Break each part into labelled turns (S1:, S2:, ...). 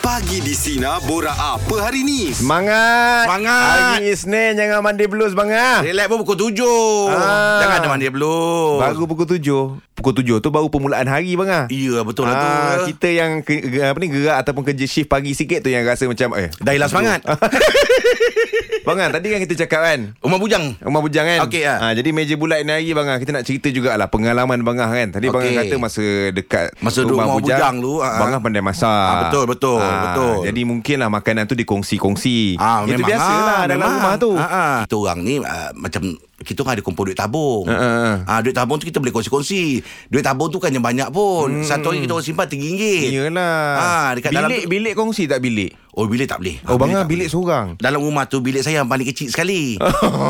S1: Pagi di Sina Bora apa hari ni?
S2: Semangat
S3: Semangat.
S2: Hari Isnin Jangan mandi blues bang ah.
S3: Relax pun pukul
S1: Oh.
S3: tujuh
S2: Ah.
S3: Jangan ada mandi belum
S2: Baru pukul tujuh Pukul tujuh tu baru permulaan hari bang ah.
S3: Iya betul lah tu
S2: Ah, kita yang ke, ge- apa ni gerak ataupun kerja shift pagi sikit tu yang rasa macam eh
S3: Dah hilang semangat
S2: bang ah, tadi kan kita cakap kan
S3: Umar bujang
S2: Rumah bujang kan
S3: Okey, ah.
S2: ah, Jadi meja bulat ni hari bang ah, Kita nak cerita jugalah Pengalaman bang ah, kan Tadi bang
S3: Okey.
S2: ah kata masa dekat
S3: Masa duduk rumah bujang tu, ah, ah.
S2: Bang ah pandai masak
S3: Ah, betul, betul, betul.
S2: Jadi mungkinlah makanan tu dikongsi-kongsi Itu biasalah
S3: ah,
S2: dalam
S3: memang.
S2: rumah tu
S3: ah, ah. Kita orang ni ah, Macam Kita orang ada kumpul duit tabung
S2: Ah, ah, ah.
S3: ah, Duit tabung tu kita boleh kongsi-kongsi Duit tabung tu kan yang banyak pun Satu hari kita orang simpan RM3
S2: Hmm. Iyalah
S3: Ah, dekat dalam
S2: lah. bilik,
S3: tu-
S2: bilik kongsi tak bilik?
S3: Oh bilik tak boleh
S2: Oh bang
S3: bilik
S2: ah,
S3: tak
S2: bilik seorang
S3: dalam rumah tu bilik saya yang paling kecil sekali.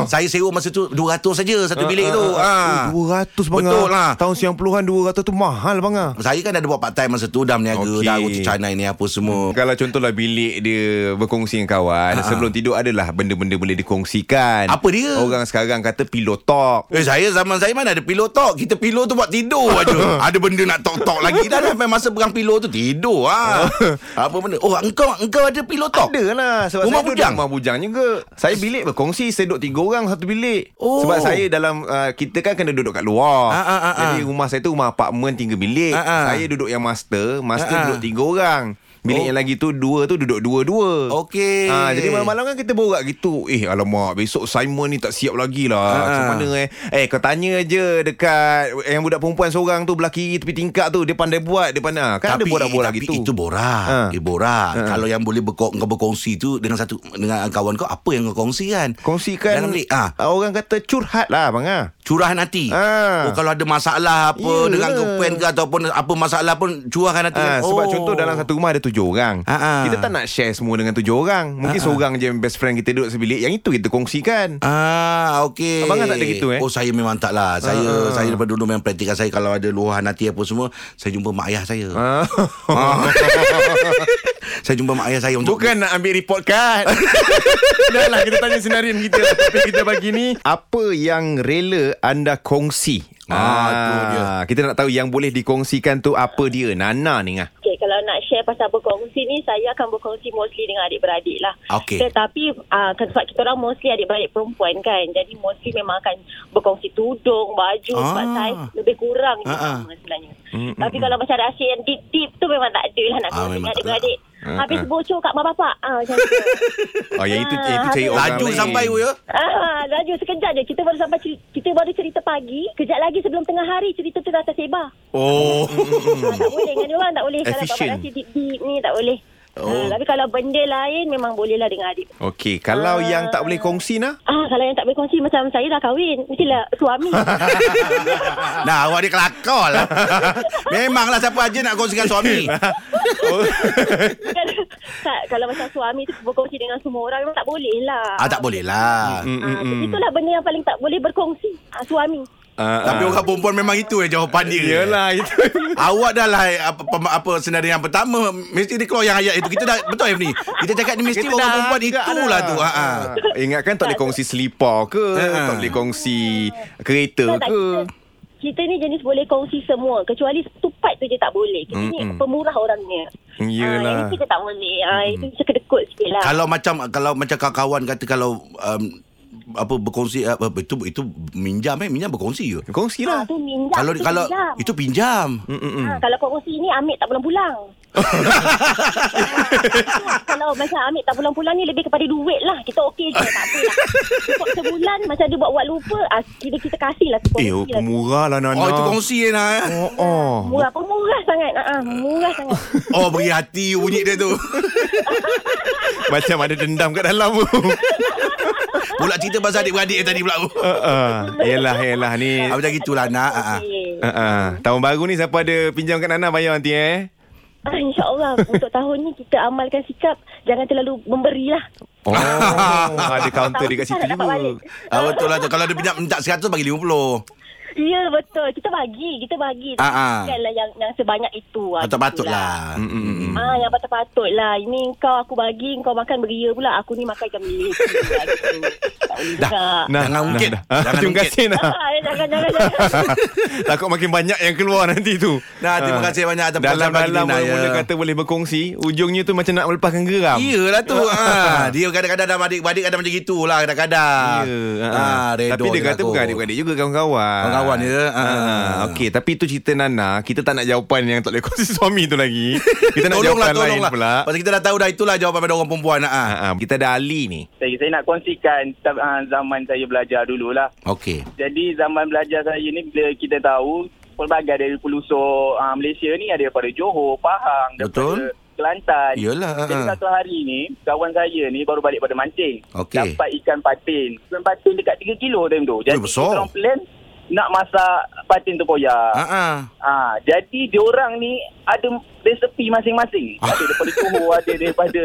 S3: saya sewa masa tu 200 saja satu bilik tu.
S2: Ah,
S3: Ah.
S2: oh, 200 bang
S3: Betul
S2: ah.
S3: lah.
S2: Tahun 90-an 200 tu mahal bang ah.
S3: Saya kan ada buat part time masa tu Dah meniaga
S2: Okey. Hmm,
S3: okay. Dah urus canai ni apa
S2: Oh.
S3: semua
S2: Kalau contohlah bilik dia berkongsi dengan kawan, sebelum tidur adalah benda-benda boleh dikongsikan.
S3: Apa dia?
S2: Orang sekarang kata pillow talk.
S3: Eh saya zaman saya mana ada pillow talk Kita pillow tu buat tidur aja Ada benda nak talk-talk lagi Dah dah masa perang pillow tu tidur ha. Apa benda Oh engkau engkau ada pillow talk
S2: Ada lah sebab
S3: Rumah
S2: saya duduk
S3: bujang?
S2: rumah bujang juga. Saya bilik berkongsi, saya duduk tiga orang satu bilik.
S3: Oh.
S2: Sebab saya dalam uh, kita kan kena duduk kat luar.
S3: Ah, ah, ah,
S2: Jadi rumah saya tu rumah apartmen tiga bilik.
S3: Ah, ah.
S2: Saya duduk yang master, master
S3: Ah, ah.
S2: duduk tiga orang. Bilik
S3: Oh.
S2: yang lagi tu dua tu duduk dua-dua.
S3: Okey.
S2: Ha, jadi malam-malam kan kita borak gitu. Eh alamak besok Simon ni tak siap lagi lah.
S3: Ah,
S2: Macam
S3: ah.
S2: mana eh? Eh kau tanya je dekat yang budak perempuan seorang tu belah kiri tepi tingkap tu dia pandai buat dia pandai. Ah, Kan ada borak-borak
S3: tapi
S2: gitu.
S3: itu borak.
S2: Ha.
S3: Dia borak. Kalau yang boleh berko- kau berkongsi tu dengan satu dengan kawan kau apa yang kau kongsi kan?
S2: Kongsikan
S3: Dalam bilik. Ah,
S2: ah, Orang kata curhat lah bang ah.
S3: curahan hati.
S2: Ah.
S3: Oh kalau ada masalah apa
S2: Yelah.
S3: dengan girlfriend ke ataupun apa masalah pun curahkan hati.
S2: Ah,
S3: kan?
S2: Ya. Sebab contoh dalam satu rumah ada tujuh orang
S3: Ah, ah.
S2: Kita tak nak share semua dengan tujuh orang Mungkin seorang je yang best friend kita duduk sebilik Yang itu kita kongsikan
S3: Ah, okey.
S2: Abang kan tak ada gitu, eh? Ah,
S3: Oh, saya memang tak lah. Saya saya daripada dulu memang praktikan saya kalau ada luahan hati apa semua, saya jumpa mak ayah saya.
S2: Ah.
S3: Ah. saya jumpa mak ayah saya untuk
S2: Bukan nak ambil report card Dah lah kita tanya senarin kita lah Topik kita pagi ni Apa yang rela anda kongsi? Ah,
S3: Ah, tu dia.
S2: Kita nak tahu yang boleh dikongsikan tu apa dia Nana ni ah.
S4: Okay, kalau nak share pasal berkongsi ni, saya akan berkongsi mostly dengan adik-beradik lah.
S3: Okey.
S4: Tetapi uh, sebab kita orang mostly adik-beradik perempuan kan, jadi mostly memang akan berkongsi tudung, baju, ah. sebab
S3: Ah.
S4: saya lebih kurang je
S3: Ah, ah.
S4: sama sebenarnya. Mm, Tapi kalau macam rahsia yang deep-deep tu memang tak ada lah nak
S3: Ah,
S4: kongsi
S3: memang
S4: dengan
S3: tak
S4: adik-beradik.
S2: ada. Ah,
S4: Habis
S2: ah.
S4: bocor kat mak bapak. Ah, macam tu.
S2: Oh, yang itu,
S4: Ah,
S2: itu cari
S4: habis-
S2: orang
S3: laju
S2: lain.
S3: sampai oh, ya.
S4: Ah, laju sekejap je. Kita baru sampai ceri- kita baru cerita pagi, kejap lagi sebelum tengah hari cerita tu dah tersebar.
S3: Oh.
S4: Ah, tak boleh dengan dia orang tak boleh kalau bapak
S2: Efficient.
S4: rasa deep deep ni tak boleh oh.
S3: Oh.
S4: ha, tapi kalau benda lain memang bolehlah dengan adik
S2: Okey, kalau
S4: Ah.
S2: yang tak boleh kongsi nah
S4: Ah, kalau yang tak boleh kongsi macam saya dah kahwin, mestilah suami.
S3: nah, awak ni kelakar lah. Memanglah siapa aja nak kongsikan suami.
S4: Kalau- tak, kalau macam suami tu berkongsi dengan semua orang memang tak boleh lah.
S3: ah, tak boleh lah.
S4: Ah, itulah benda yang paling tak boleh berkongsi. Ah, suami.
S3: Tapi orang perempuan memang itu eh jawapan dia.
S2: Yelah itu
S3: Awak dah lah eh, apa, apa, apa senarai yang pertama Mesti dia keluar yang ayat itu Kita dah Betul F ni Kita cakap ni mesti
S2: Kita
S3: orang
S2: dah
S3: perempuan
S2: juga
S3: Itulah
S2: dah.
S3: tu ha, ha.
S2: Ah, Ingatkan tak boleh kongsi selipar ke
S3: Ah.
S2: Tak boleh kongsi
S4: Tak,
S2: kereta ke
S4: tak, kita, kita ni jenis boleh kongsi semua kecuali satu part tu je tak boleh. Kita ni
S2: Mm-mm.
S4: pemurah orangnya.
S2: Yelah.
S4: Ah, yang itu je tak boleh. Ah, itu je kedekut sikit lah.
S3: Kalau macam Kalau macam kawan kata Kalau um, apa berkongsi uh, apa, itu itu minjam eh minjam berkongsi ke
S2: Kongsi
S4: ah,
S2: lah
S4: tu minjam.
S3: kalau
S4: tu
S3: kalau
S4: minjam.
S3: itu pinjam
S4: Ha, kalau kongsi ni Amir tak pulang-pulang. Ha, kalau macam Amir tak pulang-pulang ni lebih kepada duit lah. Kita okey je. Tak apa lah. Cukup sebulan macam dia buat-buat lupa. Ah, kita, kita kasih lah. tu
S2: Eh
S4: kongsi lah.
S2: murah lah Nana
S3: oh itu kongsi eh nah eh.
S2: Oh, oh.
S4: Murah pun murah sangat. Ha, ah, murah sangat.
S3: oh beri hati bunyi dia tu
S2: Macam ada dendam kat dalam tu
S3: pula cerita pasal adik-beradik tadi pula
S2: uh, Yelah yelah ni
S3: Ah, macam gitulah nak ha, ha.
S4: Okey.
S2: Uh, uh. Tahun baru ni siapa ada pinjam kat Nana bayar nanti eh
S4: Ah, InsyaAllah untuk tahun ni kita amalkan sikap jangan terlalu memberi lah.
S2: Oh ada counter
S4: Tahun
S2: dekat
S4: ni
S2: situ
S4: tak dapat
S2: juga
S4: balik.
S3: Ah, betul lah tu. Kalau dia pinjam minta 100 bagi 50.
S4: Ya betul Kita bagi Kita bagi
S3: Ah, ah.
S4: Bukanlah yang, yang sebanyak itu ah,
S3: Patut-patut
S4: gitu
S3: lah
S4: Hmm. Ah, yang patut-patut lah. Ini kau aku bagi, kau makan beria pula. Aku ni makan ikan bilis. Gitu. tak boleh
S3: Dah.
S4: juga.
S3: Nah, jangan ungkit. Jangan
S2: Terima
S3: ungkit.
S2: kasih nak
S4: Ah, jangan, jangan, jangan.
S2: Takut makin banyak yang keluar nanti tu
S3: Nah, terima
S2: Ah.
S3: kasih banyak atas perkongsian pagi
S2: Dalam-dalam
S3: ni, Naya.
S2: mula kata boleh berkongsi Ujungnya tu macam nak melepaskan geram
S3: Iyalah tu ha. Dia kadang-kadang dah adik-adik Kadang macam gitulah Kadang-kadang
S2: Ya,
S3: ha,
S2: ha.
S3: redo
S2: Tapi dia
S3: je
S2: kata
S3: aku.
S2: bukan adik-adik juga Kawan-kawan Ah,
S3: Kawan-kawan dia, ha.
S2: Okey Tapi tu cerita Nana Kita tak nak jawapan yang tak boleh kongsi suami tu lagi Kita nak jawapan
S3: Tolonglah
S2: lain
S3: tolonglah
S2: pula
S3: Pasal kita dah tahu dah Itulah jawapan pada orang perempuan ha. ha.
S2: Ha, ha. Kita ada Ali ni
S5: Saya, saya nak kongsikan uh, zaman saya belajar dululah.
S3: Okey
S5: Jadi zaman belajar saya ni bila kita tahu pelbagai dari pelusuk uh, Malaysia ni ada daripada Johor, Pahang,
S3: Betul.
S5: daripada Kelantan.
S3: Yelah, ha,
S5: Jadi
S3: ha.
S5: satu hari ni kawan saya ni baru balik pada mancing.
S3: Okey.
S5: Dapat ikan patin. Ikan patin dekat 3 kilo time tu. Jadi
S3: besar.
S5: kita orang plan nak masak patin tempoyak.
S3: ha. ha.
S5: Ah, jadi diorang ni ada resepi masing-masing.
S3: Ah.
S5: Ada daripada Johor, ada daripada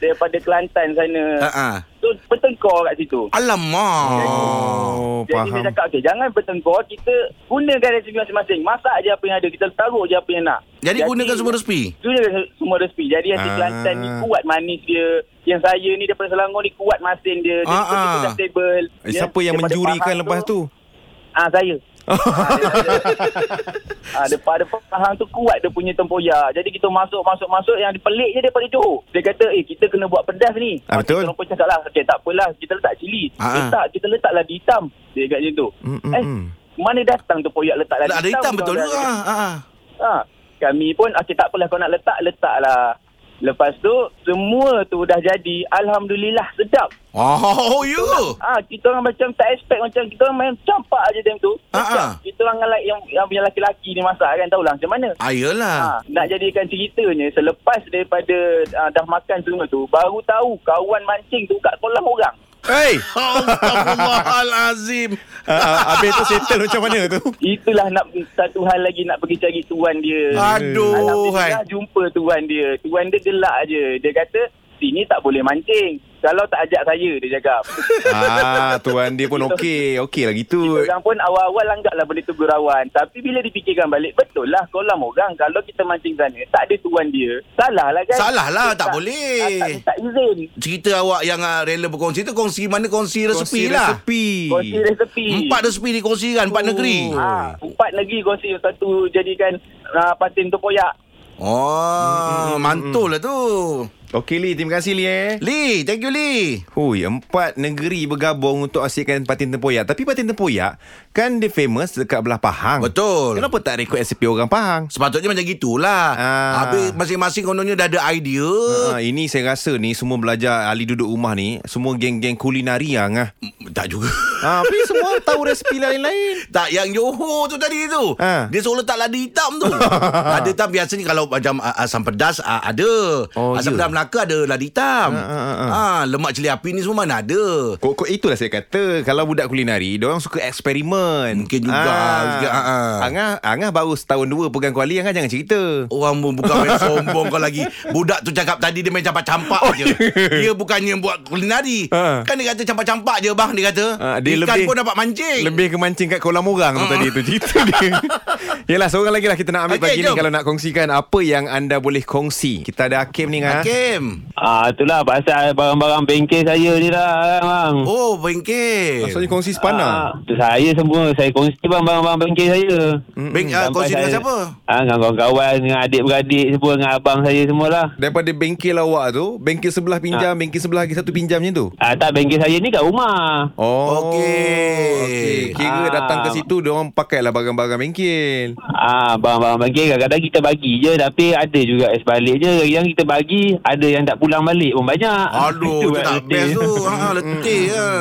S5: daripada Kelantan sana.
S3: Ha, ha.
S5: So bertengkar kat situ.
S3: Alamak
S2: Oh
S5: Jadi
S2: faham
S5: dia cakap okay, jangan bertengkar, kita gunakan resepi masing-masing. Masak je apa yang ada, kita taruh je apa yang nak.
S3: Jadi gunakan semua resipi
S5: Gunakan semua resipi. Jadi yang
S2: Ah.
S5: ah. Kelantan ni kuat manis dia. Yang saya ni daripada Selangor ni kuat masin dia. Dia
S3: Ah, ah.
S5: betul-betul dah stable.
S2: Eh,
S5: Ya,
S2: Siapa yang
S5: daripada
S2: menjurikan
S5: Pahang
S2: lepas tu
S5: Ah saya. ah, daripada Pahang tu kuat dia punya tempoyak. Jadi kita masuk masuk masuk yang pelik je daripada Johor. Dia kata, "Eh, kita kena buat pedas ni."
S2: Ah, betul.
S5: Kita pun cakap lah, "Okey, tak apalah, kita letak cili."
S3: Ah, ah.
S5: Letak, kita letaklah di hitam. Dia kat macam tu.
S2: Mm, mm,
S5: eh,
S2: mm.
S5: mana datang tempoyak letaklah
S3: Ada hitam betul
S5: Orang
S3: juga
S5: dah-
S3: ha. ha.
S5: Ha, kami pun okey tak apalah kau nak letak letaklah. Lepas tu semua tu dah jadi. Alhamdulillah sedap.
S3: Oh ya
S5: Ah, kita orang macam tak expect macam kita orang main campak aje time tu.
S3: Ah,
S5: Macam
S3: ah.
S5: Kita orang like yang yang punya laki-laki ni masak kan tahulah macam mana.
S3: Ah, yelah.
S5: Ah, nak jadikan ceritanya selepas daripada ah, dah makan semua tu baru tahu kawan mancing tu kat kolam orang.
S2: Hey
S3: Astagfirullahalazim.
S2: Ha, ha, Habis tu settle macam mana tu
S5: Itulah nak satu hal lagi nak pergi cari tuan dia. Ah,
S3: Aduh, hai.
S5: Alhamdulillah jumpa tuan dia. Tuan dia gelak je. Dia kata, sini tak boleh mancing. Kalau tak ajak saya, dia cakap.
S2: Ah, tuan dia pun okey Okey lah gitu
S5: Orang pun awal-awal anggap lah benda tu gurauan. Tapi bila dipikirkan balik, betul lah kolam orang. Kalau kita mancing sana, tak ada tuan dia. Salah lah kan?
S3: Salah lah, tak
S5: Tak,
S3: boleh.
S5: tak, tak izin.
S3: Cerita awak yang uh, rela berkongsi tu kongsi mana kongsi resepi
S2: Kongsi
S3: lah.
S2: Resepi
S5: Kongsi resepi.
S3: Empat resepi dikongsikan empat
S2: Oh.
S3: negeri.
S5: Ha, empat negeri kongsi satu jadikan uh, patin topoyak.
S3: Hmm, Oh, mantul lah tu.
S2: Okey Lee, terima kasih Lee eh
S3: Lee, thank you Lee.
S2: Hui, Oh, ya. empat negeri bergabung untuk asyikkan patin tempoyak. Tapi patin tempoyak kan dia famous dekat belah
S3: Hmm.
S2: Pahang.
S3: Betul.
S2: Kenapa tak rekod SCP orang Pahang?
S3: Sepatutnya macam gitulah.
S2: Ah.
S3: Habis masing-masing kononnya dah ada idea.
S2: Ha, ini saya rasa ni semua belajar Ali duduk rumah ni, semua geng-geng kulinari yang ah.
S3: Mm, Tak juga.
S2: Ha, tapi semua tahu resipi lain-lain.
S3: Tak yang Johor tu tadi tu
S2: Ha.
S3: Dia selalu tak lada hitam tu Lada hitam biasanya Kalau macam uh, asam pedas uh, Ada
S2: Oh,
S3: Asam
S2: ya.
S3: pedas Melaka ada lada hitam
S2: Ha, ha, ha, ha.
S3: ha, Lemak cili api ni semua mana ada
S2: Kok-kok itulah saya kata Kalau budak kulinari Diorang suka eksperimen
S3: Mungkin juga, juga, ah, ah.
S2: Angah, Angah baru setahun dua Pegang kuali Angah jangan cerita
S3: Orang pun bukan main sombong kau lagi Budak tu cakap tadi Dia main campak-campak oh,
S2: ya.
S3: je Dia bukannya buat kulinari
S2: Ha.
S3: Kan dia kata campak-campak je bang Dia kata
S2: Ah, dia
S3: Ikan
S2: lebih-
S3: pun dapat mancing Ah.
S2: Lebih ke mancing kat kolam orang tu tadi tu cerita dia. Yalah seorang lagi lah kita nak ambil
S3: Okey,
S2: okay, pagi ni
S3: jom.
S2: kalau nak kongsikan apa yang anda boleh kongsi. Kita ada Hakim ni kan? ngah.
S3: Hakim
S5: Ah, itulah pasal barang-barang bengkel saya ni lah, bang.
S3: Oh bengkel
S2: Maksudnya kongsi sepana.
S5: Ah, saya semua saya kongsi bang barang-barang bengkel saya.
S3: Beng, ah,
S5: Sampai
S3: Kongsi dengan
S5: saya-
S3: siapa?
S5: Ah, dengan kawan-kawan, dengan adik-beradik semua, lah. dengan abang saya semualah.
S2: Daripada bengkel awak tu, bengkel sebelah pinjam, bengkel sebelah lagi satu pinjam macam tu.
S5: Ah, tak bengkel saya ni kat rumah.
S2: Oh.
S3: Okey.
S2: Okey. Kira
S5: Ah.
S2: datang ke situ dia orang pakailah barang-barang bengkel.
S5: Ah, barang-barang bengkel kadang-kadang kita bagi je tapi ada juga sebalik je. Yang kita bagi ada yang tak pulang balik pun banyak.
S3: Aduh tu
S5: Ah, Itu yang
S3: tak
S5: letih.
S3: best tu ha, Letih lah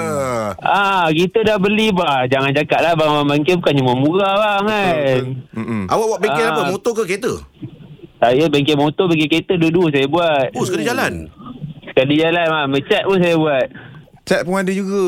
S5: Ah, kita dah beli bah. Jangan cakap lah barang-barang bengkel bukan cuma murah bang kan.
S2: Mm-mm.
S3: Awak buat bengkel
S5: Ah.
S3: apa? Motor ke kereta?
S5: Saya bengkel motor, bengkel kereta dua-dua saya buat.
S3: Oh, sekali Oh, jalan.
S5: Sekali jalan bang, mecat pun saya buat.
S2: Cat pun ada juga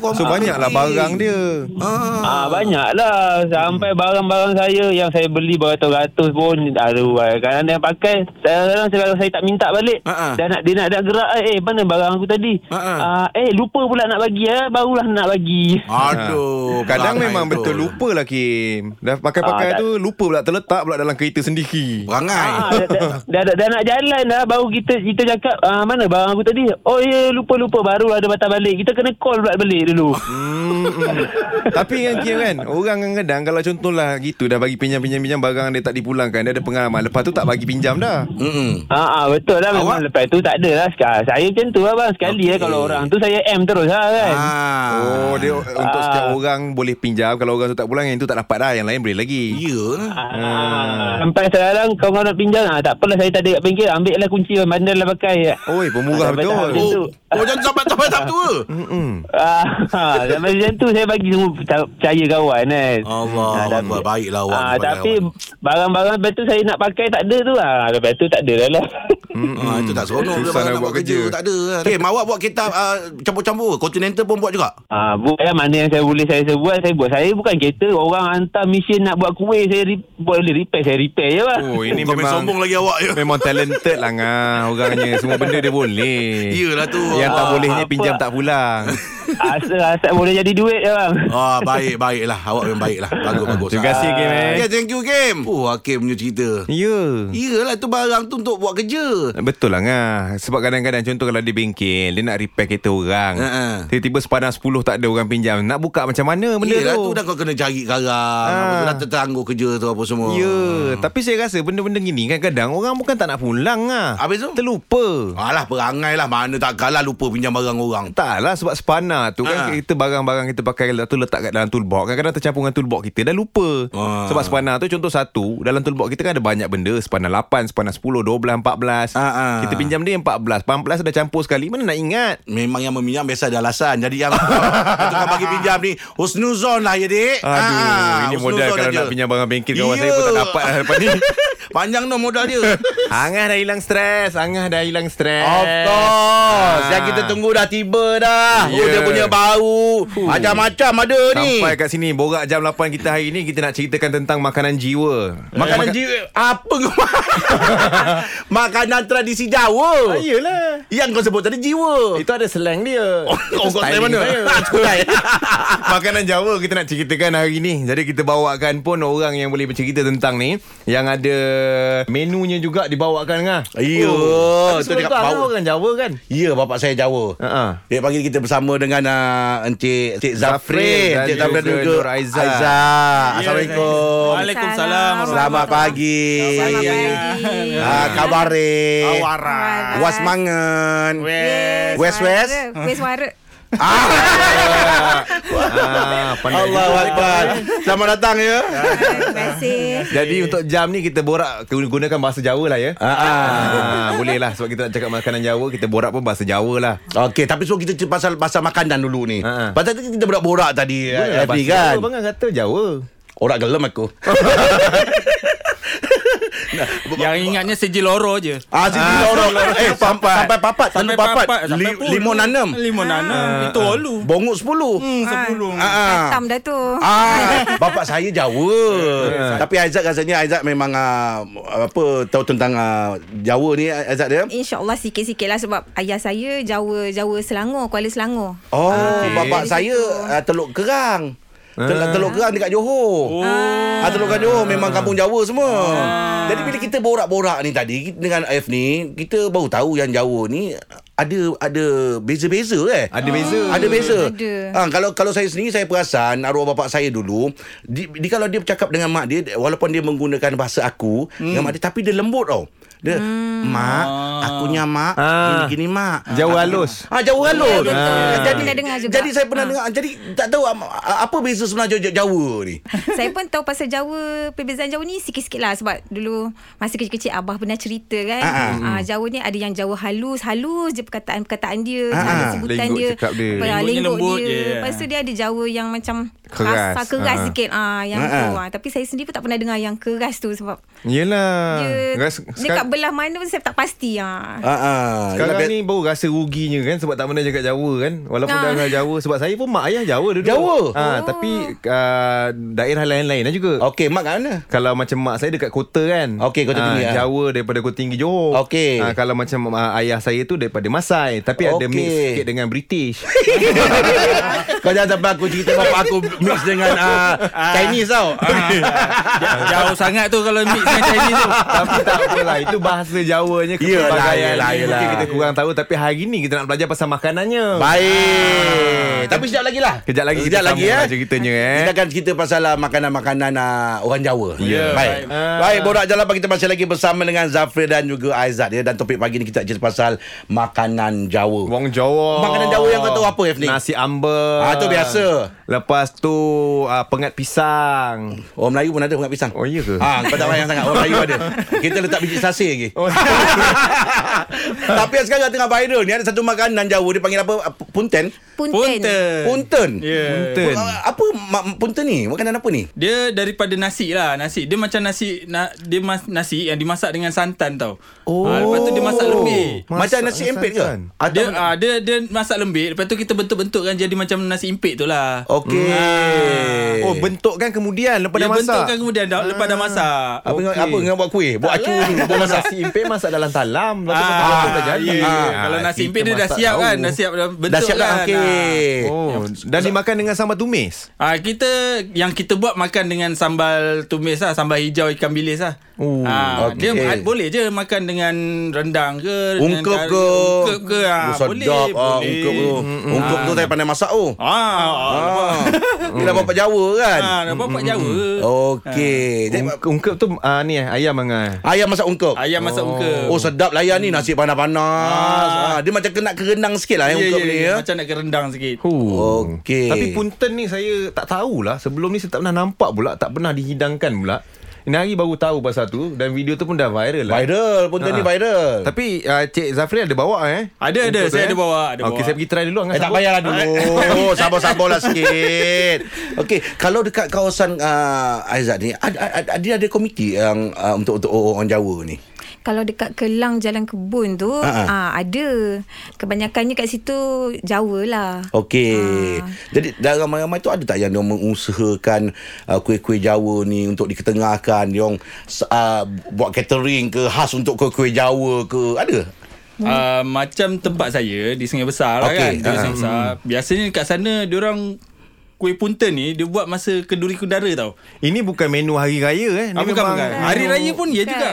S2: oh, So
S3: komplit.
S2: banyaklah barang dia
S3: Ah.
S5: Ah banyaklah sampai barang-barang saya yang saya beli beratus-ratus pun aduh kadang ada yang pakai kadang-kadang saya, saya tak minta balik
S3: Ha-ha.
S5: dan nak dia nak nak gerak eh mana barang aku tadi
S3: Ha-ha.
S5: Ah, eh lupa pula nak bagi eh barulah nak bagi
S3: Aduh.
S2: Ah. Kadang
S3: perangai
S2: memang
S3: tu.
S2: betul lupa lah Kim Dah pakai-pakai
S5: Ah, dah-
S2: tu Lupa pula terletak pula dalam kereta sendiri
S3: Perangai.
S5: Ah, dah, dah, dah, dah, dah nak jalan dah baru kita kita cakap ah, mana barang aku tadi oh ya yeah, lupa lupa baru ada batal balik kita kena call pula balik dulu
S2: Hmm, hmm. Tapi kan Kim kan Orang kadang-kadang Kalau contohlah gitu Dah bagi pinjam-pinjam-pinjam Barang dia tak dipulangkan Dia ada pengalaman Lepas tu tak bagi pinjam dah
S3: Mm-mm.
S5: Ah, ah betul lah memang
S3: Awak-
S5: lepas tu tak ada lah sekarang. Saya macam tu lah bang sekali okay. eh
S3: Okey.
S5: kalau orang tu saya M terus lah kan.
S3: Ah.
S2: Oh dia Untuk setiap orang Boleh pinjam Kalau orang tu tak pulang Yang tu tak dapat dah Yang lain boleh lagi
S3: Ya lah.
S5: Ah. Sampai sekarang kau kau nak pinjam ah tak apalah saya tak ada kat pinggir ambil lah kunci bandar lah pakai.
S2: Oi pemurah
S5: Ah, sampai
S2: betul Hmm,
S5: tahap macam tu.
S3: Oh, oh jangan sampai sampai tak tua.
S2: Mm-mm.
S5: Ah, ah, sampai macam tu saya bagi semua perca- percaya kawan kan.
S3: Allah, Allah. Baiklah awak ni,
S5: Ah,
S3: baiklah
S5: tapi
S3: awak.
S5: barang-barang lepas tu saya nak pakai tak ada tu ah. Lepas tu tak ada dah lah.
S3: Ah, itu tak seronok
S2: hmm, Susah nak buat kerja.
S3: Tak ada kan. Okay, awak buat kereta ah, campur-campur Continental pun buat juga
S5: Ah, buat lah mana yang saya boleh saya buat saya buat. Saya bukan kereta orang hantar mesin nak buat kuih saya re- buat boleh repair saya repair je lah.
S2: Oh ini
S3: Kau main
S2: memang
S3: sombong lagi awak ya.
S2: Memang talented lah ngah Orangnya Semua benda dia boleh
S3: Iyalah tu.
S2: Yang tak
S5: Ah,
S2: bolehnya
S5: apa?
S2: pinjam tak pulang
S5: Ah, Asal-asal boleh jadi duit je bang.
S3: Ah, baik, baiklah. Awak memang baiklah. Bagus, bagus.
S2: Terima kasih, Kim, eh.
S3: Yeah, thank you, Game. Oh, Hakim punya cerita.
S2: Ya
S3: Iyalah, tu barang tu untuk buat kerja.
S2: Betul lah ngah. Sebab kadang-kadang Contoh kalau dia bengkel Dia nak repair kereta orang
S3: Ha-ha.
S2: Tiba-tiba sepanah 10 Tak ada orang pinjam Nak buka macam mana benda
S3: Iyalah, tu
S2: tu
S3: dah kau kena cari karang.
S2: Ah.
S3: Apa tu Dah tertangguh kerja tu apa semua.
S2: Ya Tapi saya rasa Benda-benda gini kan Kadang orang bukan tak nak pulang lah
S3: Habis tu?
S2: Terlupa
S3: Alah, perangai lah. Mana tak kalah lupa pinjam barang orang.
S2: Tak lah sebab spana tu kan
S3: Ah.
S2: kita barang-barang kita pakai lah tu letak kat dalam toolbox kadang-kadang tercampur dengan toolbox kita dah lupa
S3: Ah.
S2: sebab spana tu contoh satu dalam toolbox kita kan ada banyak benda spana 8 spana 10 12 14
S3: Ah, ah.
S2: kita pinjam dia 14 14 dah campur sekali mana nak ingat
S3: Memang yang meminjam biasa ada alasan. Jadi yang yang tukang bagi pinjam ni husnuzon lah ya dik.
S2: Aduh,
S3: Ah,
S2: ini
S3: husnuzon
S2: modal kalau
S3: aja.
S2: nak pinjam barang bengkel kawan
S3: Ya.
S2: saya pun tak dapat lah lepas ni.
S3: Panjang tu modal dia.
S2: Angah dah hilang stres, Angah dah hilang stres.
S3: Of course. Yang kita tunggu dah tiba dah. Yeah. Oh,
S2: Ah. Ya.
S3: dia punya bau. Macam-macam ada ni.
S2: Sampai kat sini Borak jam 8 kita hari ni Kita nak ceritakan tentang Makanan jiwa
S3: Makanan
S2: Maka-
S3: jiwa Apa kau Makanan tradisi Jawa
S2: Ah, Yelah
S3: Yang kau sebut tadi jiwa
S2: Itu ada slang dia
S3: Oh, kau kau
S2: styling
S3: tanya mana?
S2: saya.
S3: Ah, Surai.
S2: Makanan Jawa kita nak ceritakan hari ni Jadi kita bawakan pun orang yang boleh bercerita tentang ni Yang ada menunya juga dibawakan kan
S3: Ya,
S2: oh.
S3: tu dekat bau.
S2: orang Jawa kan
S3: Ya, bapak saya Jawa.
S2: Ha-ha.
S3: Dia pagi kita bersama dengan uh, Encik Encik
S2: Zafrin
S3: Zafrin,
S2: dan
S3: Encik
S2: juga Ya,
S3: Zafrin dan
S2: Nur
S3: juga
S2: Aizah.
S3: Assalamualaikum.
S6: Waalaikumsalam.
S3: Selamat pagi.
S6: Selamat pagi.
S3: Ah, khabar eh?
S6: Waras.
S3: Was mangan.
S6: Wes.
S3: Wes, wes.
S6: Wes wara.
S3: Ah.
S2: ah, pandai
S3: Allahu
S2: juga.
S3: Akbar. Selamat datang ya.
S6: Terima kasih.
S2: Jadi untuk jam ni kita borak gunakan bahasa Jawa lah ya
S3: Ah, ah.
S2: Ah, boleh lah sebab kita nak cakap makanan Jawa kita borak pun bahasa Jawa lah.
S3: Okey, tapi sebelum kita cerita pasal pasal makanan dulu ni.
S2: Ha, ha.
S3: Pasal tadi kita borak-borak tadi
S2: Boleh lah bahasa
S3: Happy kan.
S2: Jawa, Bang kata Jawa.
S3: Orang gelem aku.
S7: Yang ingatnya seji loro je.
S3: Ah, sini ah, orang. Eh, papat. Sampai papat. Sampai
S7: Sampai
S3: papat.
S7: papat, sampai
S3: Li-
S7: puluh.
S3: Limau nanam.
S7: Lima nana itu olu.
S3: Bongok sepuluh.
S7: Hmm, sebelum.
S3: Ah, ah.
S6: Tam dah tu.
S3: Ah, bapak saya Jawa. Tapi Aizat rasanya Aizat memang ah, apa tahu tentang ah, Jawa ni Aizat ya? dia.
S6: InsyaAllah sikit-sikit lah sebab ayah saya Jawa Jawa Selangor, Kuala Selangor.
S3: Oh, bapak
S6: Di
S3: saya
S6: situ.
S3: ah, Teluk Kerang.
S2: Ah.
S3: Tel- Teluk Kerang dekat Johor. Oh. Ah, Teluk Kerang Johor memang kampung Jawa semua.
S2: Ah.
S3: Jadi bila kita borak-borak ni tadi kita- dengan F ni, kita baru tahu yang Jawa ni ada ada beza-beza eh.
S2: Ada beza.
S3: Ada beza.
S6: Ada.
S3: Ha, kalau kalau saya sendiri saya perasan arwah bapak saya dulu, di, di kalau dia bercakap dengan mak dia walaupun dia menggunakan bahasa aku hmm. dengan mak dia tapi dia lembut tau. Dia hmm. mak, akunya mak,
S2: Ah.
S3: gini gini mak.
S2: Jawa
S3: Ah,
S2: halus.
S3: Ah Jawa halus.
S6: Ya, betul.
S3: Ah.
S6: Saya pernah dengar juga.
S3: Jadi saya pernah
S6: Ah.
S3: dengar jadi tak tahu am- apa beza sebenarnya Jawa, Jawa ni.
S6: saya pun tahu pasal Jawa Perbezaan Jawa ni sikit-sikit lah Sebab dulu Masa kecil-kecil Abah pernah cerita kan
S3: Ah, ah.
S6: ah, Jawa ni ada yang Jawa halus Halus je perkataan-perkataan dia
S3: Ah,
S6: Cara
S3: ah.
S6: sebutan
S2: Lenggok
S6: dia
S2: cakap dia.
S6: apa, ah,
S7: Lenggoknya
S6: Lenggok
S7: lembut
S6: dia
S7: je.
S6: Lepas tu dia ada Jawa yang macam
S2: Keras.
S6: Kasar keras
S2: Ah.
S6: sikit ah, Yang
S3: Ah,
S6: tu
S3: ah.
S6: ah. Tapi saya sendiri pun tak pernah dengar Yang keras tu Sebab
S2: Yelah.
S6: dia
S2: Ras-
S6: Dekat
S2: sekarang-
S6: belah mana pun saya tak pasti. Ha.
S3: Ah, ah.
S2: Sekarang
S3: Yelah,
S2: ni baru rasa ruginya kan Sebab tak pernah cakap Jawa kan Walaupun
S6: Ah.
S2: dah dengan Jawa Sebab saya pun mak ayah Jawa dulu
S3: Jawa?
S2: ha, oh. Tapi uh, daerah lain-lain lah juga okay.
S3: Okey, mak kat mana?
S2: Kalau macam mak saya dekat kota kan
S3: Okey, Kota Tinggi, ah.
S2: ha, Jawa daripada Kota Tinggi Johor
S3: Okey.
S2: ha, Kalau macam uh, ayah saya tu daripada Masai Tapi okay. ada
S3: Okey.
S2: mix sikit dengan British
S3: Kau jangan sampai aku cerita bapak aku mix dengan uh,
S2: Ah.
S3: Chinese tau. Ah.
S7: Jauh sangat tu kalau mix dengan Chinese tu.
S2: Tapi tak apalah Itu bahasa Jawanya
S3: Yelah,
S2: kepelbagaian ni.
S3: yelah,
S2: Mungkin
S3: yelah.
S2: kita kurang tahu Tapi hari ni kita nak belajar pasal makanannya
S3: Baik. Tapi sejap lagi lah.
S2: Kejap Ah. lagi
S3: Sekejap
S2: kita
S3: lagi
S2: sambung
S3: ya.
S2: lah ceritanya eh.
S3: Kita akan cerita pasal ah, makanan-makanan uh, orang Jawa.
S2: Ya,
S3: Baik.
S2: baik.
S3: Baik, baik borak jalan pagi kita masih lagi bersama dengan Zafri dan juga Aizat ya dan topik pagi ni kita cerita pasal makanan Jawa.
S2: Wong Jawa
S3: Makanan Jawa yang kau tahu apa, Efni?
S2: Nasi ambeng
S3: Ah, tu biasa.
S2: Lepas tu uh, Pengat pisang
S3: Orang Melayu pun ada bunga pisang.
S2: Oh, iya ke?
S3: Ha, kau tak payah sangat. Orang Melayu ada. Kita letak biji sase lagi.
S2: Oh.
S3: Tapi yang sekarang tengah viral ni ada satu makanan Jawa dia panggil apa? Ah, Punten.
S6: Punten.
S7: Punten.
S3: Punten.
S7: Ya.
S2: Punten
S3: Apa ma- punten ni? Makanan apa ni?
S7: Dia daripada nasi lah Nasi Dia macam nasi na, Dia mas, nasi yang dimasak dengan santan tau oh. ha, Lepas tu dia masak lembik
S3: Macam
S2: Masak kan?
S3: nasi
S2: dengan
S3: empit ke?
S2: santan.
S7: dia,
S3: Atau
S7: ha, dia dia masak lembik Lepas tu kita bentuk-bentukkan Jadi macam nasi impit tu lah
S3: Okey.
S7: Ah.
S2: Oh bentukkan Ya, kemudian Lepas
S7: Dia
S2: dah masak
S7: bentukkan kemudian dah, Lepas dah masak
S3: Ah. apa okay.
S2: Okey.
S3: apa dengan buat kuih? Buat acu dulu.
S2: Bukan masak si impit Masak dalam talam Lepas tu
S7: Ah,
S2: masak dalam dah jadi
S7: ya.
S2: Ah,
S7: Kalau nasi
S2: kita
S7: impit dia dah
S2: masak
S7: siap kan
S2: tahu.
S7: Dah siap dah bentuk
S3: Dah siap dah.
S7: kan
S3: Okey.
S2: Oh,
S3: eh,
S2: dan dimakan dengan sambal tumis.
S7: Ah ha, kita yang kita buat makan dengan sambal tumis lah, sambal hijau ikan bilis lah.
S2: Oh,
S7: Ah,
S3: okey.
S7: dia ma- boleh je makan dengan rendang ke, dengan
S3: Ungkep
S7: kari-
S3: ke?
S7: ungkep ke, ah,
S3: Oh,
S7: boleh,
S3: sedap. Ah,
S7: boleh.
S3: ungkep tu. Ungkep tu saya pandai masak oh.
S7: Ah,
S3: Ah. Bila bapak Jawa kan.
S7: ah, dah bapak Jawa.
S3: Oh. Okey. Jadi,
S2: Ung- ungkep tu uh, ni eh, ayam mangai.
S3: Ayam masak ungkep.
S7: Ayam masak ungkep.
S3: Oh sedap lah ayam ni nasi panas-panas. Ah. Dia macam kena kerenang sikit lah yeah, ungkep ni ya.
S7: Macam nak kerendang sikit.
S2: Huh.
S3: Okey.
S2: Tapi punten ni saya tak tahulah. Sebelum ni saya tak pernah nampak pula, tak pernah dihidangkan pula. Ini hari baru tahu pasal tu dan video tu pun dah viral lah.
S3: Viral pun ha.
S2: Ah.
S3: ni viral.
S2: Tapi uh, Cik Zafri ada bawa eh?
S7: Ada, ada.
S2: Untuk tu,
S7: Saya ada bawa, ada
S2: Okey,
S7: bawa.
S2: saya pergi try dulu dengan
S3: Eh tak
S2: sabun.
S7: lah.
S3: payahlah dulu Oh, Sabar-sabarlah sikit Okey Kalau dekat kawasan uh, Aizat ni ada, ada, ada, ada komiti yang uh, Untuk untuk orang Jawa ni
S6: Kalau dekat Kelang Jalan Kebun tu uh
S3: Ha-ha.
S6: ada. Kebanyakannya kat situ Jawa lah.
S3: Okey
S6: Ah.
S3: Jadi dalam ramai-ramai tu Ada tak yang dia mengusahakan uh, Kuih-kuih Jawa ni Untuk diketengahkan Dia orang uh, Buat catering ke Khas untuk kuih-kuih Jawa ke Ada?
S7: Uh, macam tempat saya di Sungai Besar lah
S3: Okey,
S7: okay. kan. Di Sungai
S3: ah.
S7: Besar. Biasanya kat sana diorang kuih punten ni dia buat masa keduri kudara tau.
S2: Ini bukan menu hari raya eh. Ini
S7: Ah, bukan,
S2: memang
S7: bukan.
S2: menu-
S7: Hari raya pun ya
S6: Bukan.
S7: juga.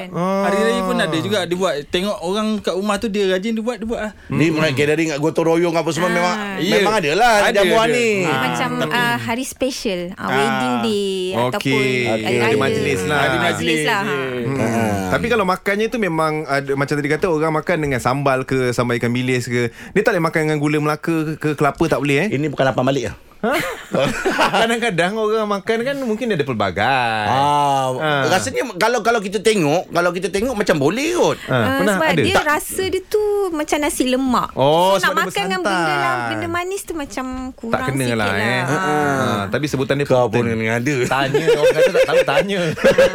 S7: Hari raya pun ada juga dia buat. Tengok orang kat rumah tu dia rajin dia buat dia buat lah.
S3: Ni hmm. gathering kat gotong royong apa semua memang
S7: Ya.
S3: memang ada lah
S7: Ada,
S3: jamuan
S7: ada.
S3: ni.
S7: Ah,
S6: Ah. Macam uh, hari special, uh, wedding day ataupun
S2: Ah, Okey.
S6: hari
S2: Ada
S6: raya.
S2: majlis lah.
S7: Hari
S6: Ada majlis lah.
S7: ya.
S2: Hmm. Tapi kalau makannya tu memang ada macam tadi kata orang makan dengan sambal ke sambal ikan bilis ke. Dia tak boleh makan dengan gula Melaka ke, ke kelapa tak boleh eh.
S3: Ini bukan lapan balik lah.
S2: Kadang-kadang orang makan kan mungkin dia ada pelbagai.
S3: Ah,
S2: Ah.
S3: rasanya kalau kalau kita tengok, kalau kita tengok macam boleh kot.
S2: Ha,
S6: Uh,
S2: pernah
S6: sebab
S2: ada?
S6: dia
S2: Tak.
S6: tak. rasa dia tu macam nasi lemak.
S2: Oh,
S6: so,
S2: sebab
S6: nak
S2: dia
S6: makan dengan
S2: bersantan.
S6: benda lah, benda manis tu macam kurang
S2: tak kena
S6: sikit
S2: lah eh.
S6: Ah.
S2: Ha, tapi sebutan dia
S3: Kau
S2: punten.
S3: pun ni ada.
S2: Tanya Orang kata tak tahu tanya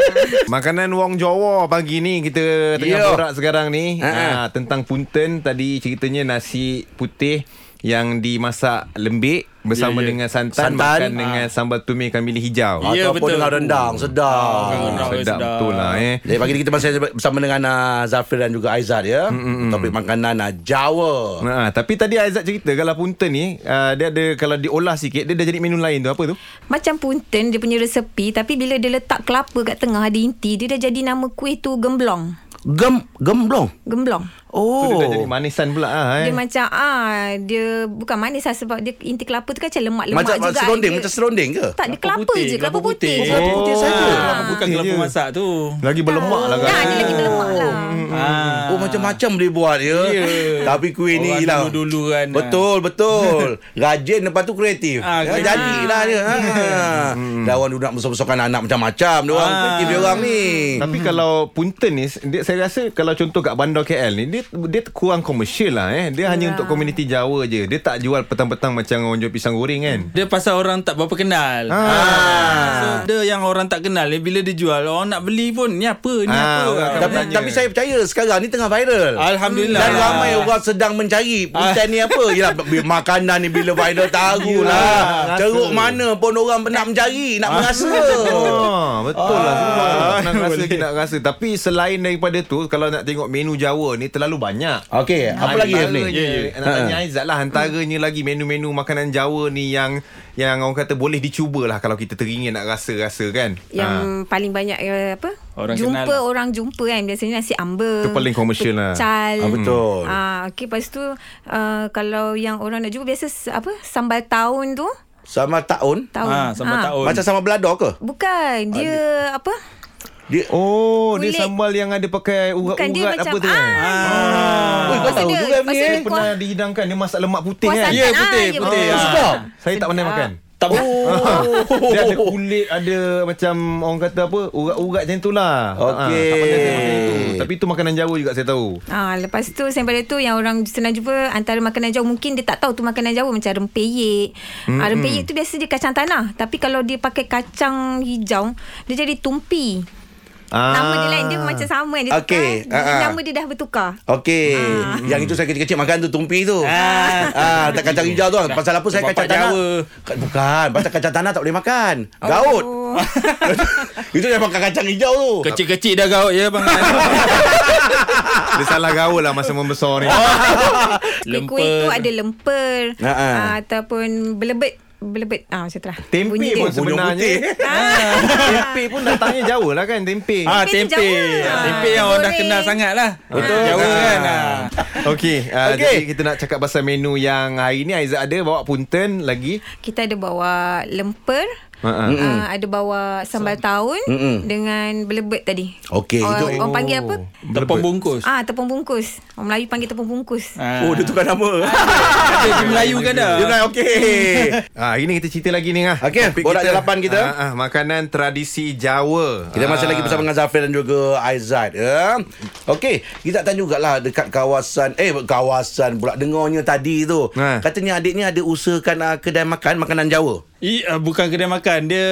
S2: Makanan wong Jawa pagi ni Kita tengah
S3: Ya.
S2: yeah. borak sekarang ni ha,
S3: Ha-ha.
S2: Tentang punten Tadi ceritanya nasi putih Yang dimasak lembik Bersama yeah, yeah. dengan Ya, santan, Ha.
S3: Santan.
S2: Makan dengan sambal tumis ikan bilis hijau Ha,
S7: Ya,
S3: Ataupun
S7: betul.
S3: dengan rendang sedap.
S7: Oh,
S2: sedap,
S7: sedap,
S2: sedap betul lah eh
S3: Jadi pagi ni kita masih bersama dengan uh, Zafir dan juga Aizat ya. Topik makanan uh, Jawa.
S2: Ha, tapi tadi Aizat cerita kalau punten ni uh, dia ada kalau diolah sikit dia dah jadi menu lain tu apa tu?
S6: Macam punten dia punya resepi tapi bila dia letak kelapa kat tengah ada inti dia dah jadi nama kuih tu gemblong.
S3: Gem gemblong.
S6: Gemblong.
S2: Tu dia
S3: Oh.
S2: dah jadi manisan pula ah eh.
S6: Dia macam ah dia bukan manis lah sebab dia inti kelapa tu kan macam lemak-lemak
S3: Macam
S6: juga.
S3: seronding,
S7: eh,
S6: dia.
S3: macam seronding ke?
S6: Tak, dia kelapa
S7: putih,
S6: je, kelapa putih. je.
S3: Kelapa putih
S6: ha.
S3: saja.
S7: Ah,
S2: Putih
S7: bukan kelapa
S2: je.
S7: masak tu.
S2: Lagi berlemak lah kan.
S6: Nah, dia lagi berlemak lah.
S7: Ah.
S3: Oh macam-macam boleh buat ya.
S7: Ya.
S3: Tapi kuih ni
S7: Orang
S3: hilang.
S7: dulu-dulu kan.
S3: Betul betul. Rajin lepas tu kreatif.
S7: Ah,
S3: ya,
S7: kreatif. Hmm.
S3: jadilah dia. Ha. Dah orang duduk nak besar-besarkan anak macam-macam dia orang.
S7: Ah.
S3: Kreatif dia orang ni.
S2: Tapi kalau punten ni dia, Saya rasa Kalau contoh kat bandar KL ni Dia dia dia kurang komersial lah eh. Dia hanya
S6: Ya.
S2: untuk komuniti Jawa je. Dia tak jual petang-petang macam orang jual pisang goreng kan.
S7: Dia pasal orang tak berapa kenal. So
S2: Ah.
S7: dia yang orang tak kenal eh, bila dia jual orang nak beli pun ni apa
S2: Ah,
S7: ni apa.
S2: orang akan
S7: Tapi-
S3: Tapi,
S2: Tanya.
S3: tapi saya percaya sekarang ni tengah viral.
S7: Ah, Alhamdulillah.
S3: Dan ramai orang sedang mencari Punten ni apa Yelah b- makanan ni bila viral
S2: Yelah,
S3: Tarulah Ceruk
S2: rasa.
S3: mana pun orang nak mencari Nak merasa
S2: Ah, betul lah Semua orang nak rasa kita nak rasa Tapi selain daripada tu Kalau nak tengok menu Jawa ni Terlalu banyak
S3: Okey, Ah, apa lagi Hafni?
S2: Antaranya- Nak tanya Aizat lah Antaranya lagi menu-menu makanan Jawa ni Yang yang orang kata boleh dicubalah Kalau kita teringin nak rasa-rasa kan
S6: Yang paling banyak eh, apa?
S7: Orang
S6: jumpa
S7: kenal.
S6: orang jumpa kan biasanya nasi amber.
S2: Itu paling komersial lah.
S6: Pecal.
S3: Ah, betul.
S6: Ah okey lepas tu uh, kalau yang orang nak jumpa biasa s- apa? Sambal tahun tu.
S3: Sama tahun
S6: Tahun.
S7: Ah, sambal
S6: Ah.
S7: tahun.
S3: Macam sama belador ke?
S6: Bukan dia apa?
S3: Dia
S2: ha. Oh dia
S6: Kulit.
S2: sambal yang ada pakai
S6: Bukan dia
S2: urat-urat apa
S6: macam
S2: tu kan
S6: ah.
S3: Ui, kau
S6: Pasal
S3: tahu
S6: dia-
S3: juga Hafni
S6: pasal
S3: eh?
S2: Dia pernah dihidangkan Dia masak lemak putih
S6: Kuah
S2: kan
S6: santan.
S7: Ya,
S6: Ah,
S7: putih,
S6: ya,
S7: putih.
S6: betul.
S7: Ah.
S3: Sedap.
S2: Saya tak pandai makan
S7: tak oh.
S2: Dia ada kulit Ada macam Orang kata apa Urat-urat macam tu lah
S3: Okey.
S2: Ah, tak pandai saya makan itu. Tapi tu makanan Jawa juga saya tahu
S6: Ah, lepas tu daripada tu yang orang senang jumpa antara makanan Jawa mungkin dia tak tahu tu makanan Jawa macam rempeyek. Mm-hmm. Ah, rempeyek tu biasa dia kacang tanah tapi kalau dia pakai kacang hijau dia jadi tumpi. Ah. Nama dia lain dia macam sama kan dia
S3: Okey,
S6: tukar. Dia-
S3: ah, ah.
S6: Nama dia dah bertukar.
S3: Okey. Yang itu saya kecil-kecil makan tu tumpi tu. Ah, tak kacang hijau tu. Kan. Pasal apa saya
S7: Bapak
S3: kacang tanah?
S7: Jawa.
S3: Ka- Bukan, pasal kacang tanah tak boleh makan. Gaut.
S6: Oh,
S3: itu yang makan kacang hijau tu.
S7: Kecil-kecil dah gaut ya bang.
S2: Dia salah gaul lah Masa membesar ni
S6: Kuih-kuih tu ada lemper
S3: Ah, ah.
S6: ah, ataupun belebet belebet ah macam tu lah.
S2: Tempe
S6: Bunyi
S2: pun
S3: Bunyi
S6: dia.
S2: sebenarnya
S3: putih.
S2: Ah, Tempe pun datangnya jauh lah kan Tempe
S7: Ah
S6: Tempe
S7: tempe.
S6: dia Jawa.
S7: Tempe yang orang dah
S6: Goreng.
S7: kenal sangat lah. Betul. Jawa kan. Ah.
S2: Okey, uh,
S3: Okey.
S2: jadi kita nak cakap pasal menu yang hari ni Aizat ada bawa punten lagi.
S6: Kita ada bawa lemper
S3: Hmm.
S2: Ha-ha.
S6: Uh, ada bawa sambal tahun dengan belebet tadi.
S3: Okey,
S6: orang,
S3: itu Oh.
S6: orang panggil apa?
S7: Tepung bungkus.
S6: Ah, tepung bungkus. Orang Melayu panggil tepung bungkus.
S7: Ah.
S3: Oh, dia tukar nama.
S7: Ada di Melayu kan dah.
S3: Dia nak okey.
S2: Ah, hari ni kita cerita lagi ni ah.
S3: Okey,
S2: Topik
S3: borak jalapan kita.
S2: Ah, ah, makanan tradisi Jawa.
S3: Kita masih
S2: Ah.
S3: lagi bersama dengan Zafir dan juga Aizat ya. Okey, kita nak tanya jugalah dekat kawasan eh kawasan pula dengarnya tadi tu.
S2: Ha.
S3: Katanya adiknya ada usahakan uh, kedai makan makanan Jawa.
S7: I, uh, bukan kedai makan. Dia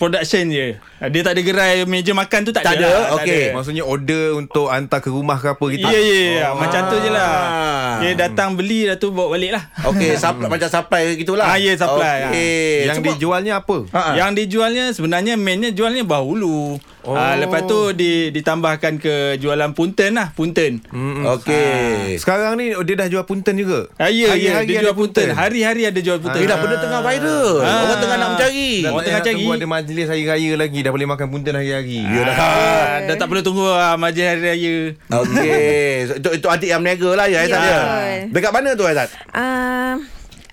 S7: production je. Ah, Dia tak ada gerai meja makan tu tak,
S3: Tak ada,
S7: ada. lah,
S3: okey.
S7: ada.
S2: Eh, Maksudnya order untuk hantar ke rumah ke apa kita.
S7: Ya, ya, ya.
S3: Oh.
S7: Macam tu je lah.
S3: Ah.
S7: Dia datang beli, dah tu bawa balik lah.
S3: Okey, supply macam supply gitulah.
S7: Ah, ya, supply,
S3: Okey.
S2: Yang
S3: Sebab-
S2: dijualnya apa?
S3: Ha, ha.
S7: Yang dijualnya sebenarnya mainnya jualnya bahulu. Oh. Ah, lepas tu di, ditambahkan ke jualan punten lah, punten. Hmm.
S3: Okey.
S2: Sekarang ni dia dah jual punten juga.
S7: Ah, ya, ya,
S2: Hari-hari
S7: dia
S2: ada
S7: jual punten. Hari-hari ada jual punten.
S3: Eh, dah benda tengah viral.
S7: Ah.
S3: Orang tengah nak mencari.
S2: Dah tak payah
S7: Orang tengah
S2: nak
S7: cari.
S2: tunggu Ada majlis hari raya lagi dah boleh makan punten hari-hari.
S3: Ya
S2: Yalah.
S7: Ah, dah tak perlu tunggu ah, majlis hari raya.
S3: Okey. So, itu itu adik yang meniaga lah ya Aizat
S6: Ya.
S3: ya. Dekat mana tu Aizat?
S6: Ah,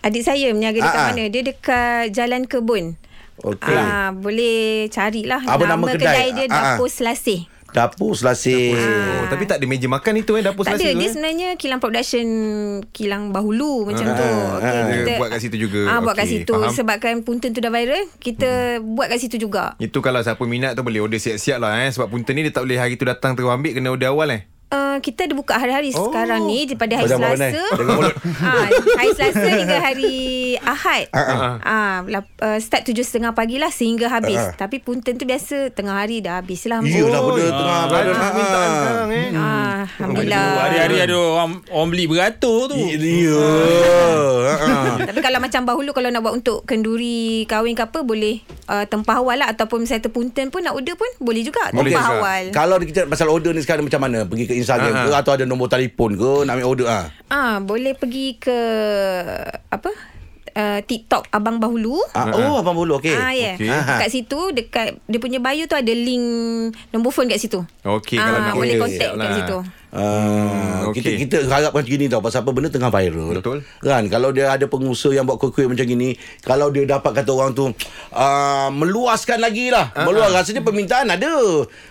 S6: adik saya meniaga dekat
S3: Ah, ah.
S6: mana? Dia dekat Jalan Kebun.
S3: Okey.
S6: Ah, boleh carilah
S3: Apa nama kedai?
S6: dia
S3: Ah, ah.
S6: Dapur Selasih.
S3: Dapur Selasih.
S2: Oh, tapi tak ada meja makan itu eh dapur
S6: Tak
S2: selasa
S6: ada,
S2: tu,
S6: dia
S2: eh?
S6: sebenarnya kilang production kilang Bahulu macam tu. Okey,
S2: ah, dia buat kat situ juga.
S6: Ah, buat kat
S2: Okey,
S6: situ
S2: faham.
S6: sebabkan punten tu dah viral,
S3: Hmm.
S6: kita buat kat situ juga.
S2: Itu kalau siapa minat tu boleh order siap-siap lah eh Sebab punten ni dia tak boleh hari tu datang terus ambil Kena order awal eh
S6: Uh, kita ada buka hari-hari oh. sekarang ni daripada hari
S3: Macam apa
S6: Selasa.
S3: ni? Jangan mulut.
S6: ha, hari Selasa hingga hari Ahad. Ah,
S2: ah.
S6: lap- uh, start 7.30 pagi lah sehingga habis. Tapi punten tu biasa tengah hari dah habis lah.
S3: Iyalah benda tengah ah. viral.
S2: Ah, Ada permintaan sekarang eh
S6: Ah, alhamdulillah.
S7: Hari-hari
S3: Ah.
S7: ada orang, orang beli beratur tu.
S3: Ya.
S7: Ah.
S3: Ha.
S6: Ah, Tapi kalau macam bahulu kalau nak buat untuk kenduri kahwin ke apa boleh uh, tempah awal lah ataupun saya terpunten pun nak order pun boleh juga
S2: Boleh
S6: tempah
S2: juga.
S6: awal.
S3: Kalau kita pasal order ni sekarang macam mana? Pergi ke Instagram ke atau ada nombor telefon ke nak ambil order ah.
S6: Ah, boleh pergi ke apa? Uh, TikTok Abang Bahulu.
S3: ah. Oh, abang bulu okey.
S6: Ah, ya. Yeah.
S2: Okey.
S6: Okay. Kat situ dekat dia punya bio tu ada link nombor phone kat situ. Ah,
S2: Okey, kalau nak
S6: boleh
S2: order,
S6: contact
S2: siap
S6: kat
S2: lah.
S6: situ.
S3: Ah,
S2: Hmm, okey.
S3: okay. kita kita harapkan gini tau pasal apa benda tengah viral.
S2: Betul.
S3: Kan kalau dia ada pengusaha yang buat kuih-kuih macam gini, kalau dia dapat kata orang tu ah, meluaskan lagi lah. Uh-huh. Meluas rasanya permintaan ada.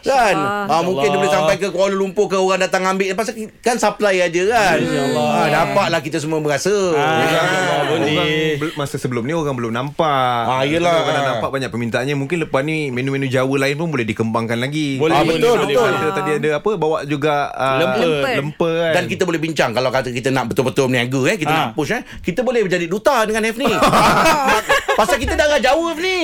S3: Kan? Ah, mungkin dia boleh sampai ke Kuala Lumpur ke orang datang ambil pasal ki- kan supply aja kan. Ah, dapatlah kita semua merasa.
S7: Ah,
S2: Orang
S7: boleh.
S2: bel- masa sebelum ni orang belum nampak
S3: Ah, yelah.
S2: Orang dah nampak banyak permintaannya Mungkin lepas ni menu-menu Jawa lain pun boleh dikembangkan lagi
S7: Boleh.
S3: Ah, betul, betul.
S2: Ada, tadi ada apa Bawa juga uh,
S6: Lemper.
S2: lemper, lemper kan.
S3: Dan kita boleh bincang Kalau kata kita nak betul-betul meniaga eh, Kita
S7: Ha.
S3: nak push eh Kita boleh jadi duta dengan Hafni Ma- Pasal kita darah Jawa Hafni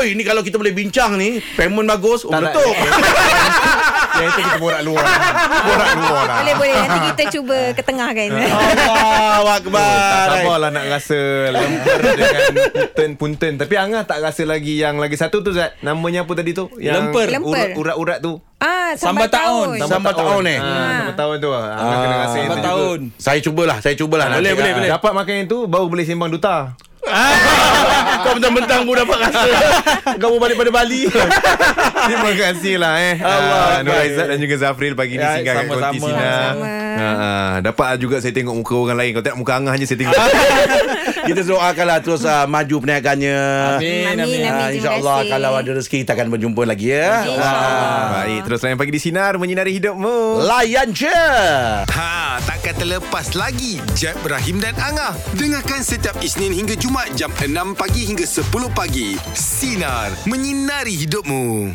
S3: Oi ni kalau kita boleh bincang ni Payment bagus Oh
S2: Tak nak.
S3: betul
S2: Yang Ya, itu kita borak luar. borak luar lah.
S6: Boleh boleh Nanti kita cuba kan. ketengahkan
S3: Allah Akbar
S2: Tak sabarlah nak rasa lemper dengan punten-punten. Tapi Angah tak rasa lagi yang lagi satu tu Zat. Namanya apa tadi tu? Yang
S7: Lemper.
S6: Lemper.
S2: urat- Urat-urat tu.
S6: Ah, sambar
S7: Sambar
S6: tahun.
S7: tahun.
S3: Sambar tahun eh
S2: Ha, sama tahun tu. Ah, Angah kena rasa yang tu
S7: Empat
S2: juga. lah.
S7: tahun.
S3: Saya cubalah Saya cubalah
S7: Boleh,
S3: nanti,
S7: boleh,
S3: ah.
S7: boleh.
S2: Dapat makan yang tu baru boleh sembang duta.
S3: Kau bentang-bentang pun dapat rasa Kau pun balik pada Bali
S2: Terima kasih lah eh Allah Nur Aizat dan juga Zafril Pagi ni
S7: Ya,
S2: singgah kat
S7: sama-sama.
S2: Konti Sina
S6: Sama-sama.
S2: Ha, ha. Dapat juga saya tengok muka orang lain Kalau tak muka Angah je saya tengok
S3: Kita doakanlah terus uh, maju perniagaannya.
S7: Amin,
S6: Amin,
S7: amin.
S3: Ah,
S6: terima
S3: InsyaAllah
S6: kasih.
S3: kalau ada rezeki kita akan berjumpa lagi ya.
S6: InsyaAllah.
S2: Baik terus layan Pagi di Sinar Menyinari
S3: Ah,
S2: hidupmu
S3: Layan je.
S1: Ha, takkan terlepas lagi Jeb, Rahim dan Angah. Dengarkan setiap Isnin hingga Jumaat jam 6 pagi hingga 10 pagi. Sinar, menyinari hidupmu.